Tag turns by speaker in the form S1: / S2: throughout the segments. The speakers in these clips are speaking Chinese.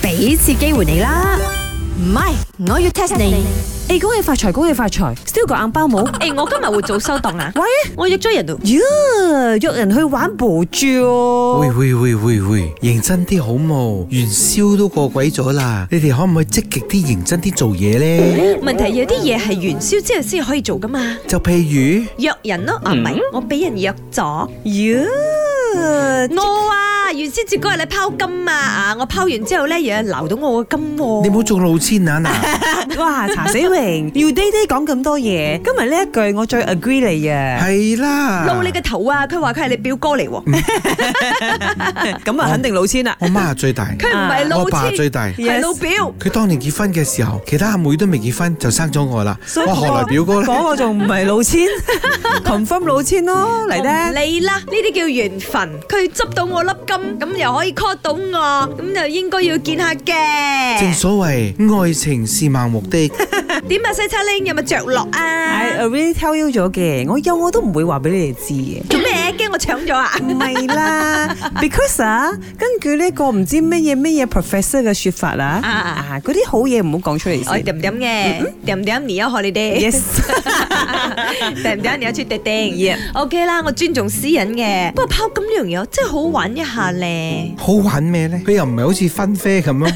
S1: 俾次機會你啦。唔係，我要 test 你。
S2: 诶，恭喜發財，恭喜發財，still 個硬包冇。
S3: 诶、我今日會早收檔啦。
S2: 喂，
S3: 我約咗人度，
S2: 呀，約人去玩部
S4: 喂
S2: 哦。
S4: 喂喂喂喂，認真啲好冇？元宵都過鬼咗啦，你哋可唔可以積極啲、認真啲做嘢呢？
S3: 問題有啲嘢係元宵之後先可以做噶嘛。
S4: 就譬如，
S3: 約人咯，啊唔係，我俾人約咗。
S2: 呀，
S3: 我啊，元宵節嗰日你拋金啊，啊我拋完之後咧，有人鬧到我個金喎、
S4: 你唔好中老千 啊嗱，
S2: 哇，茶 死榮，要 day day 講咁多嘢，今日呢一句我最 agree 你啊，
S4: 係啦，
S3: 撈你個頭啊！佢話佢係你表哥嚟喎，
S2: 咁啊肯定老千啦。
S4: 我媽最大，
S3: 佢唔係
S4: 我
S3: 老
S4: 爸最
S3: 千，
S4: 大。
S3: 係老表。
S4: 佢當年結婚嘅時候，其他阿妹都未結婚就生咗我啦，
S2: 所以
S4: 我何來表哥呢？
S2: 講我仲唔係 老千，confirm 老千咯，嚟
S3: 我唔
S4: 啊
S2: 咧。
S3: 理啦，呢啲叫緣分。佢執到我粒金，咁又可以 call 到我，咁就應該要見下
S4: 正
S3: 嘅。
S4: 所謂愛情是盲目的，
S3: 點啊，西叉拎有冇着落
S2: I
S3: 啊？
S2: already tell you 咗嘅，我有我都唔會話俾你哋知嘅。
S3: 做咩驚我搶咗啊？
S2: 唔係 啦，because 啊，根據呢個唔知乜嘢乜嘢 professor 嘅説法啦，
S3: 啊
S2: 啊嗰啲好嘢唔好講出嚟
S3: 我
S2: 先。
S3: 點點嘅，點點你有學你哋。
S2: Ừ. Yes，
S3: 突然間你有出滴滴
S2: Yeah
S3: ，OK 啦，我尊重私隱嘅。不過拋金呢樣嘢真係好玩一下咧。
S4: 好玩咩呢？佢又唔係好似分啡 咁咯，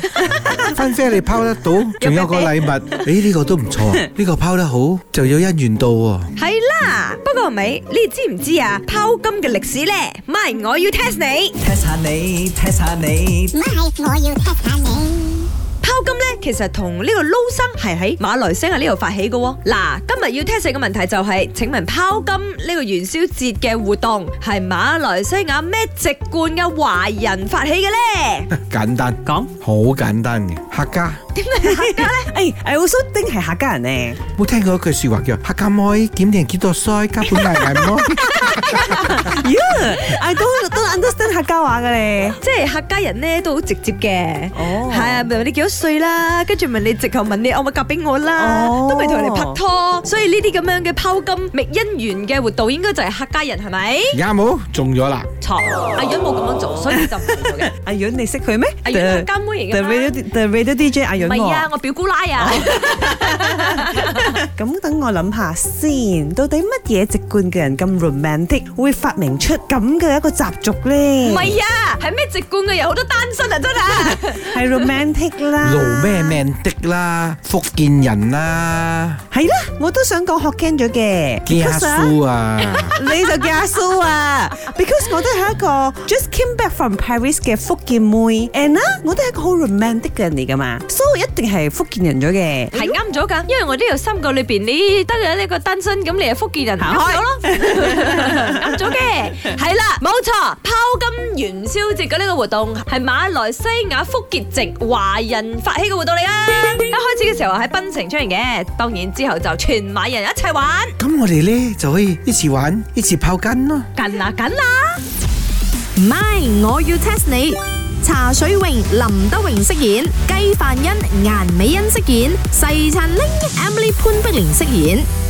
S4: 分啡你拋得到，仲有個禮物，咦呢個都唔錯， 呢個拋得好就有姻緣到喎。
S3: 係啦，不過咪你哋知唔知啊？拋金嘅歷史咧，唔係我要 test 你。
S2: 踢下你，踢下你。
S5: My，我要 test 下你。
S3: 拋金咧，其實同呢個撈生係喺馬來西亞呢度發起嘅喎。嗱，今日要 test 嘅問題就係、請問拋金呢個元宵節嘅活動係馬來西亞咩籍貫嘅華人發起嘅咧？
S4: 簡單，
S2: 講
S4: 好簡單嘅客家。哎
S2: 誒，I 哎 also think 係客家人咧。
S4: 冇聽過一句説話叫客家妹檢定幾多衰，家本大大妹。
S2: Yeah，I don't don't understand 客家話嘅咧。
S3: 即係客家人咧都好直接嘅。
S2: 哦
S3: 係啊，問你幾多歲啦，跟住問你直頭問你，我哦咪嫁俾我啦，
S2: 哦
S3: 都未同人哋拍拖，所以呢啲咁樣嘅拋金覓姻緣嘅活動，應該就係客家人係咪？
S4: 啱冇中咗啦！
S3: 錯，阿潤冇咁樣做，所以就唔係 咗嘅。
S2: 阿潤，你識佢咩？
S3: 阿潤係監妹嚟
S2: The
S3: 㗎
S2: radio
S3: 嘛
S2: the radio DJ 阿
S3: 唔
S2: 潤
S3: 係啊，
S2: 喎。
S3: 我表姑奶啊，
S2: 哦咁等我諗下先，到底乜嘢籍貫嘅人咁 romantic 會發明出咁嘅一個習俗咧？
S3: 唔係啊，係咩籍貫嘅人好多單身啊，真係。
S2: 係 romantic 啦。
S4: 勞咩？命的啦，福建人啦，
S2: 係啦，我都想講學 can 咗嘅。
S4: 家
S2: Because 啊
S4: 蘇啊，
S2: 你就叫阿蘇啊，because à. 我都係一個 just came back from Paris 嘅福建妹，and 啊，我都係一個好 romantic 嘅人嚟噶嘛，so 一定係福建人咗嘅。
S3: 係啱咗㗎，因為我呢度三個裏邊，你得嘅呢個單身，咁你係福建人，啱咗咯，啱咗嘅，係啦，冇錯，拋金元宵節嘅呢個活動係馬來西亞福建籍華人發起嘅活動嚟啊！一開始嘅時候喺檳城出現嘅，當然之後就全馬人一齊玩，
S4: 咁我哋咧就可以一次玩，一次泡巾咯。
S3: 緊啦緊啦。
S1: 唔係，我要 test 你。茶水榮、林德榮飾演，雞凡欣、顏美欣飾演，細陳玲、Emily 潘碧玲飾演。